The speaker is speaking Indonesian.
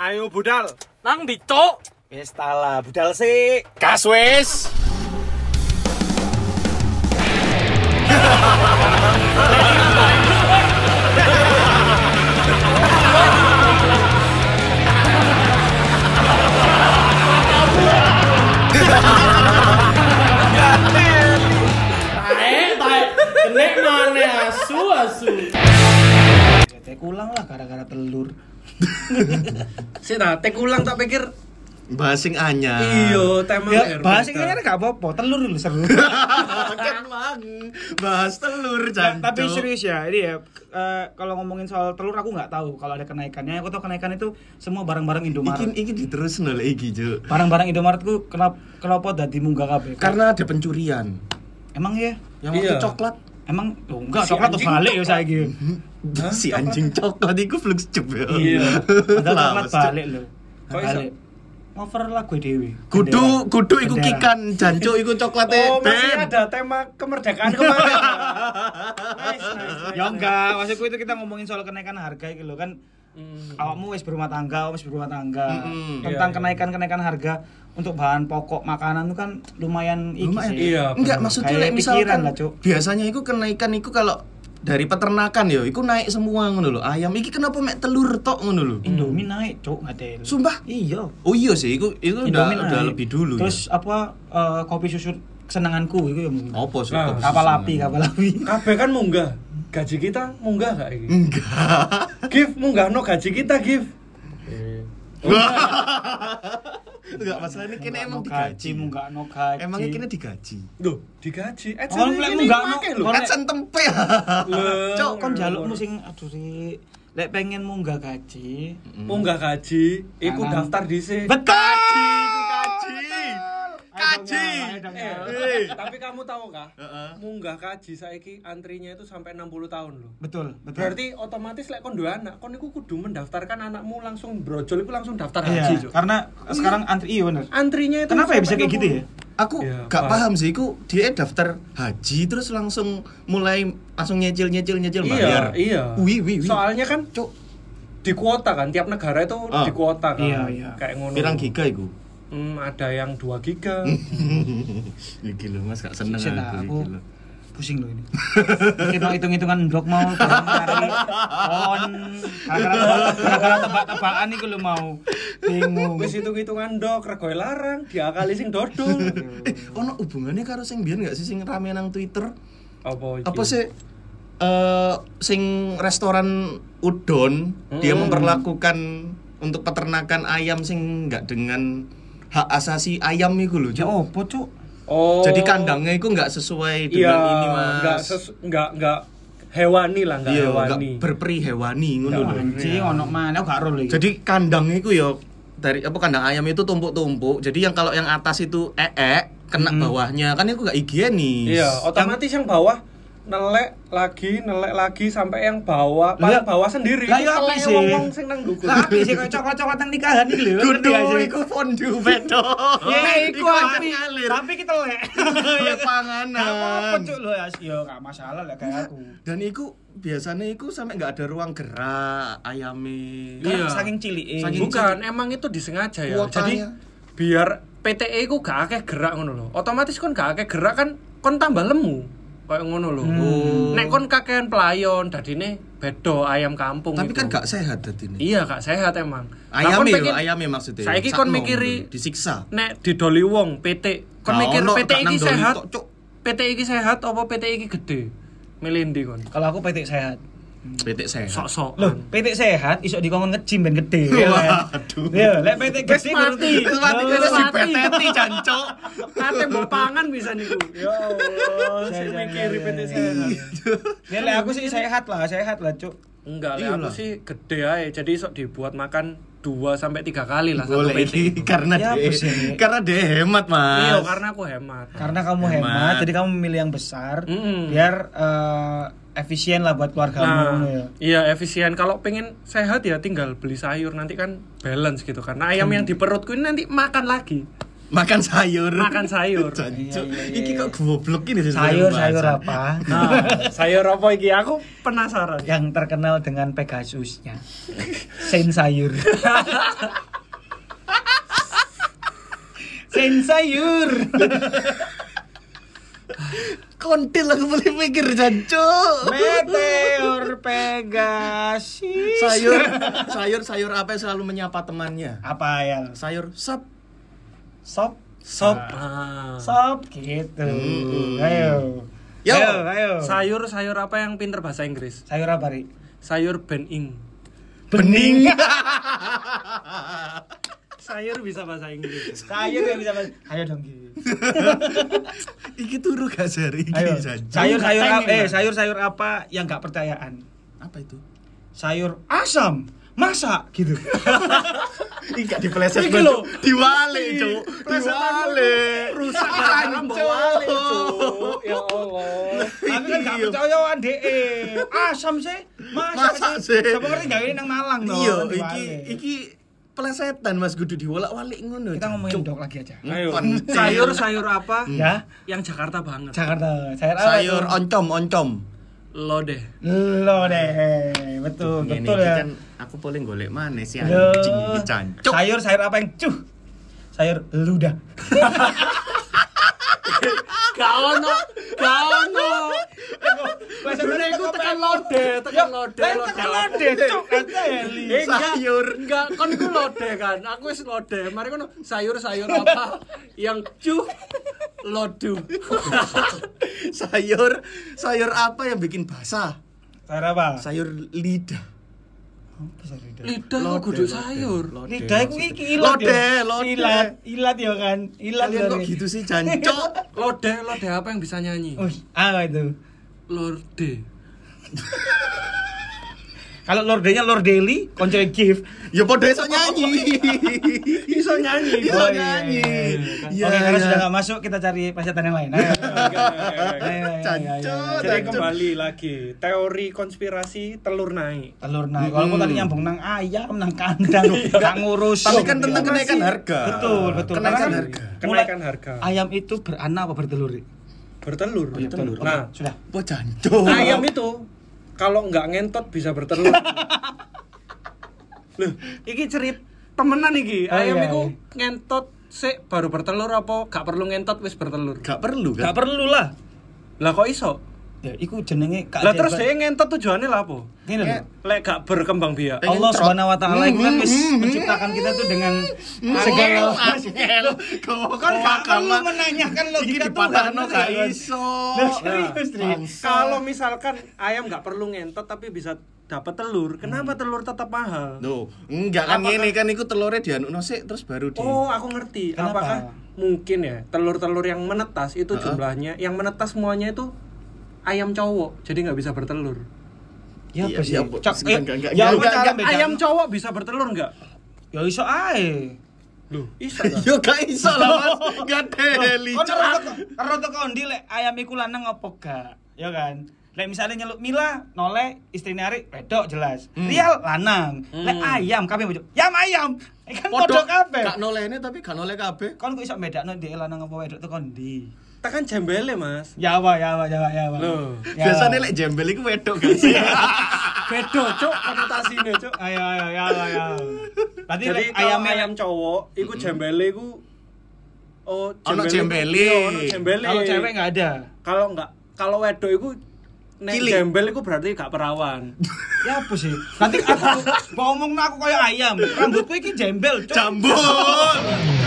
Ayo budal. Nang ndi, Cuk? Wis tala, budal sik. Gas wis. Tae, tae. Kene Eh, mana asu asu. Tek Ya, ulang lah gara-gara telur. Sik ta, tek ulang tak pikir. Basing anyar. Iyo, tema Ya, RPK. bahas ini kan gak apa-apa, telur dulu seru. kan mang bahas telur Nah, jancuk. Tapi serius ya, ini ya eh, kalau ngomongin soal telur aku nggak tahu kalau ada kenaikannya. Aku tahu kenaikan itu semua barang-barang Iki Indomaret. iki diterus nol iki Cuk. Barang-barang Indomaretku kenapa kenapa dadi munggah kabeh? Karena ada pencurian. emang ya, Yang waktu Iya. coklat emang oh, enggak Si coklat tuh anjing balik ya saiki. si anjing coklat itu flux cup ya. Iya. Padahal coklat Lawas, Cuk. balik loh. Kok iso? Balik. Over lah gue dewe. Kudu kudu iku Bendera. kikan jancuk iku coklate Oh, masih Ben. ada tema kemerdekaan kemarin. Nice, nice, nice. Ya enggak, maksudku itu kita ngomongin soal kenaikan harga gitu loh kan awakmu wis berumah tangga, awakmu wis berumah tangga. Mm-mm. Tentang Hmm. Iya, iya. kenaikan-kenaikan harga untuk bahan pokok makanan itu kan lumayan iki Lumayan. sih. Iya, Enggak bener. maksudnya Kayak like, misalkan pikiran lah, Cuk. biasanya itu kenaikan itu kalau dari peternakan yo iku naik semua ngono lho. Ayam iki kenapa mek telur tok ngono lho. Indomie naik, Cuk, ngatel. Sumpah? Iya. Oh iya sih, iku itu udah, Indomie udah naik. lebih dulu. ya. Terus apa eh, kopi susu kesenanganku itu ya mungkin. ya. apa sih? Nah, kok bisa kapal seneng? api, kapal api. Kabeh kan munggah. Gaji kita munggah gak iki? Enggak. Give munggah no gaji kita give. Enggak masalah ini kene emang Nggak no digaji. gaji, enggak no gaji. Emang ini kene digaji. Loh, digaji. Eh, Orang jadi lek ini munggah no- pakai lho. Orang- Kan sen tempe. Loh. Cuk, kon jalukmu sing aduh Rik. Lek pengen munggah gaji, Eh, munggah gaji, iku Kanan. daftar dhisik. Kaji, kaji. Kaji. Eh, tapi kamu tahu kah? Heeh. Munggah kaji saiki antrinya itu sampai 60 tahun loh. Betul, betul. Berarti otomatis lek kon duwe anak, kon iku kudu mendaftarkan anakmu langsung brojol iku langsung daftar haji, Iya, Cuk. karena sekarang antri iya bener. Antrinya itu Kenapa ya bisa sampai kayak gitu ya? 60. Aku Ya, gak Pak. paham sih, iku dia daftar haji terus langsung mulai langsung nyecil nyecil nyecil Iya, bayar. iya. Wi wi wi. Soalnya kan Cuk. di kuota kan tiap negara itu Ah. di kuota kan. Iya, iya. Kayak ngono. pirang Hmm. giga iku. Hmm, ada yang 2 giga. Iki lho Mas gak seneng Sik, nah, aku aku iki lho. pusing loh ini. Kita hitung-hitungan blok mau barang hari on gara-gara tebak-tebakan iku lo mau bingung. Wis hitung-hitungan dok, regoi larang, diakali sing dodol. Eh, ono hubungannya karo sing biyen gak sih sing rame nang Twitter? Apa iki? apa sih eh sing restoran udon dia Hmm. memperlakukan untuk peternakan ayam sing nggak dengan hak asasi ayam itu loh Ya Cuk. opo cuk? Oh. jadi kandangnya itu nggak sesuai Iya, dengan ini nggak mas sesu- nggak nggak hewani lah, nggak iya nggak hewani. Iya. berperi hewani ngono lho. Ya Anjing ono mana aku gak ro lho iki. Iya. jadi kandangnya itu ya dari apa kandang ayam itu tumpuk-tumpuk jadi yang kalau yang atas itu ee kena bawahnya kan itu nggak higienis Hmm. Iya, otomatis yang, bawah nelek lagi, nelek lagi sampai yang bawah, paling Lah, bawah sendiri. lah ya apa Telek sih? Wong-wong sing nang dukun. Lah api sih kayak coklat-coklat yang nikahan iki lho. Iya, Kudu, iku fondue bedo. Ya iku api. ngalir. Iya, Tapi kita lek. Oleh Gak apa-apa panganan. cuk lo ya. Ya gak masalah lah kayak aku. Dan iku biasanya iku sampai nggak ada ruang gerak ayame. Iya. Karena Saking cilik. e. Saking- Bukan, emang itu disengaja ya. Kuotanya. Jadi biar PTE ku gak akeh gerak ngono lho. Otomatis kon gak akeh gerak kan kon tambah lemu. Kayak ngono lho. Nek kon kakean pelayon dadine bedo ayam kampung Tapi itu. kan nggak sehat dadi ini. Iya, gak sehat emang. Lah, kon Ayame lho, pengen- ayame ya maksudnya. Saiki Sakno kon mikiri- ngono, disiksa. nek didoli wong PT kon Gak mikir ono, PT gak iki nang doli sehat tok, Cuk. PT iki sehat apa PT iki gede milih ndi kon Kalau aku petik sehat. Betek sehat. sok-sok Loh, Hmm. PT sehat iso dikongkon nge-gym ben gede. ya kan? Waduh. Iya, lek PT gede mati. kudu- Mati Loh, kita si mati. peteti jancok. kate mau pangan bisa niku ya Allah sing Jangan, mikiri jangan, PT sehat Ya lek aku sih sehat lah, sehat lah, Cuk. enggak Iya lah. lah aku sih gede ae jadi sok dibuat makan 2 sampai 3 kali lah sama Boleh PT iki karena Ya, dia apa sih? karena dia hemat, Mas. iya karena aku hemat Karena kamu Hmm, Hemat. Hmm. hemat, jadi kamu memilih yang besar Mm-mm. biar eh, efisien lah buat keluargamu ya. Nah, iya efisien. Kalau pengen kan. Nah, Hmm. sehat ya tinggal beli sayur nanti kan balance gitu. Karena ayam yang di perutku ini nanti makan lagi. makan sayur makan sayur. Jancuk. Iya, iki kok goblok ini sih sebenarnya sayur sayur pembahasan. apa Nah, sayur apa iki? Aku penasaran. yang terkenal dengan Pegasusnya sen sayur sen sayur kontil aku boleh mikir jancuk meteor Pegasus sayur sayur sayur apa yang selalu menyapa temannya apa yang sayur sop sop Sop. Ah. sop gitu Hmm. ayo Yo. ayo ayo Sayur sayur apa yang pinter bahasa Inggris? sayur apa ri Sayur bening. bening Sayur bisa bahasa Inggris. sayur yang bisa mas- ayo dong Ki. iki turu gak seri iki ayo jancuk. sayur sayur Tank apa ini, eh Mas. sayur sayur apa yang nggak percayaan apa itu sayur asam masa gitu Ini gak dipeleset Iki lho. Diwale, Cuk. Diwale. Rusak gara-gara mbok wale, Cuk. Ya Allah. tapi kan nggak percayaan de asam sih Masa masa, sih? siapa ngerti nggak ini nang Malang toh, Iya, kan di iki Bali. iki pelesetan Mas Gudu diwalak-walik ngono. kita ngomongin Cuk. dok lagi aja Ayo. Pentil. Sayur sayur apa ya yang Jakarta banget? Jakarta sayur apa sayur tuh? oncom oncom. Lodeh. lo deh betul Ngene betul iki ya kan aku boleh golek mana sih Loh. anjing iki jancuk. sayur sayur apa yang cuh sayur ludah Gak ono, gak ono. Dulu Maksudnya aku tekan lode, tekan lode, Lah, lode. tekan lode cuk kateli Eh, enggak. Sayur. Enggak, kon ku lode kan. Aku wis lode. Mari kono sayur-sayur apa yang cu lodu. Sayur sayur apa yang bikin basah? sayur apa Sayur lidah. Apa sayur lidah? Lidah Lode, kok kudu lode, sayur. lode lidah iku maksudnya. iki ilat Lode, ya. lode. ilat ilat ya kan ilat Kalian kok dari- gitu sih jancuk? Lode, lode apa yang bisa nyanyi? Wih, apa itu Lorde. kalau lordenya lordeli konco gift Ya podo iso nyanyi. Bisa nyanyi. Iso nyanyi. Iya, Oke, karena sudah nggak masuk, kita cari peserta yang lain. Ayo, ayo, ayo, ayo, Cancuk, ayo. Jadi kembali lagi teori konspirasi telur naik. telur naik walaupun tadi nyambung nang ayam nang kandang nggak Iya. ngurus Iya. Tapi kan tentu kenaikan harga. betul betul Kenaikan Karena kan harga. mulai- Kenaikan harga. ayam itu beranak apa bertelur Ri? Bertelur. Bertelur. Nah, sudah Wah jancuk. ayam itu kalau nggak ngentot bisa bertelur. Loh, iki cerit temenan iki. Oh, Ayam iya, itu iya. ngentot sik baru bertelur apa gak perlu ngentot wis bertelur. Gak perlu nggak kan? perlu lah Lah kok iso? ya iku jenenge Kak Lah terus Jenderal. dia ngentot tujuannya lah apa? Ini loh. Lek gak berkembang biak. pengen Allah trot. Subhanahu wa taala itu kan wis Hmm, menciptakan kita tuh dengan segala Segala Hmm. angel. Kok kan gak perlu kalah. menanyakan Iki logika Tuhan dipatahno ngerti gak kan? iso. Lah, serius Ri. Kalau misalkan ayam nggak perlu ngentot tapi bisa dapat telur, kenapa telur tetap mahal? Loh, enggak kan Apakah- ngene kan iku telurnya dianukno sik terus baru di. Oh, aku ngerti. Kenapa? Apakah mungkin ya telur-telur yang menetas itu jumlahnya, yang menetas semuanya itu ayam cowok, jadi nggak bisa bertelur. ya Iya, apa sih iya, Bu. Cak, eh, Enggak, enggak, enggak, ya apa enggak, cara enggak. beda- Ayam cowok bisa bertelur nggak? ya iso ae Loh, bisa Yo Ya gak iso lah Mas. Gak deli. Kono rotok rotok kondi lek ayam iku lanang apa gak? Ya kan. Lek misalnya nyeluk Mila, noleh istrine Ari wedok jelas. Rial lanang. Lek ayam kabeh bojo. Yam ayam. Eh, Kan podo kabeh. Gak nolene tapi gak noleh kabeh. Kon kok iso bedakno ndek lanang apa wedok Ya tuh kondi? Tekan kan jembele, Mas. Yawa yawa yawa yawa. Loh, Yawa. Biasanya lek jembel iku wedok kan? gak sih? Ya. Bedo, Cuk, konotasinya, Cuk. ayo ayo ya yawa yawa. Berarti Jadi lek ayam ayam ayam cowok, iku jembele iku Oh, Ono jembele. Iya, ono jembele. kalau cewek nggak ada. Kalau nggak, kalau wedok iku nek Cilik. jembel iku berarti gak perawan. Ya apa sih? Nanti aku ngomong aku kayak ayam. Rambutku iki jembel, cuk. Jambul.